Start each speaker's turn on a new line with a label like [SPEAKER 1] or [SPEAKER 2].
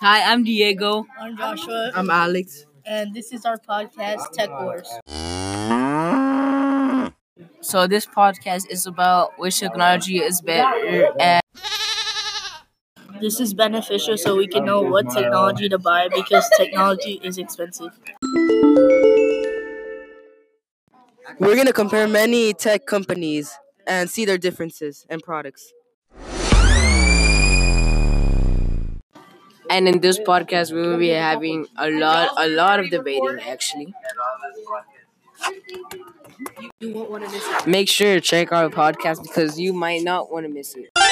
[SPEAKER 1] Hi, I'm Diego.
[SPEAKER 2] I'm Joshua,
[SPEAKER 3] I'm Alex.
[SPEAKER 2] and this is our podcast, Tech Wars.
[SPEAKER 1] So this podcast is about which technology is better and
[SPEAKER 2] This is beneficial so we can know what technology to buy because technology is expensive.
[SPEAKER 3] We're going to compare many tech companies and see their differences and products.
[SPEAKER 1] and in this podcast we will be having a lot a lot of debating actually. Make sure to check our podcast because you might not want to miss it.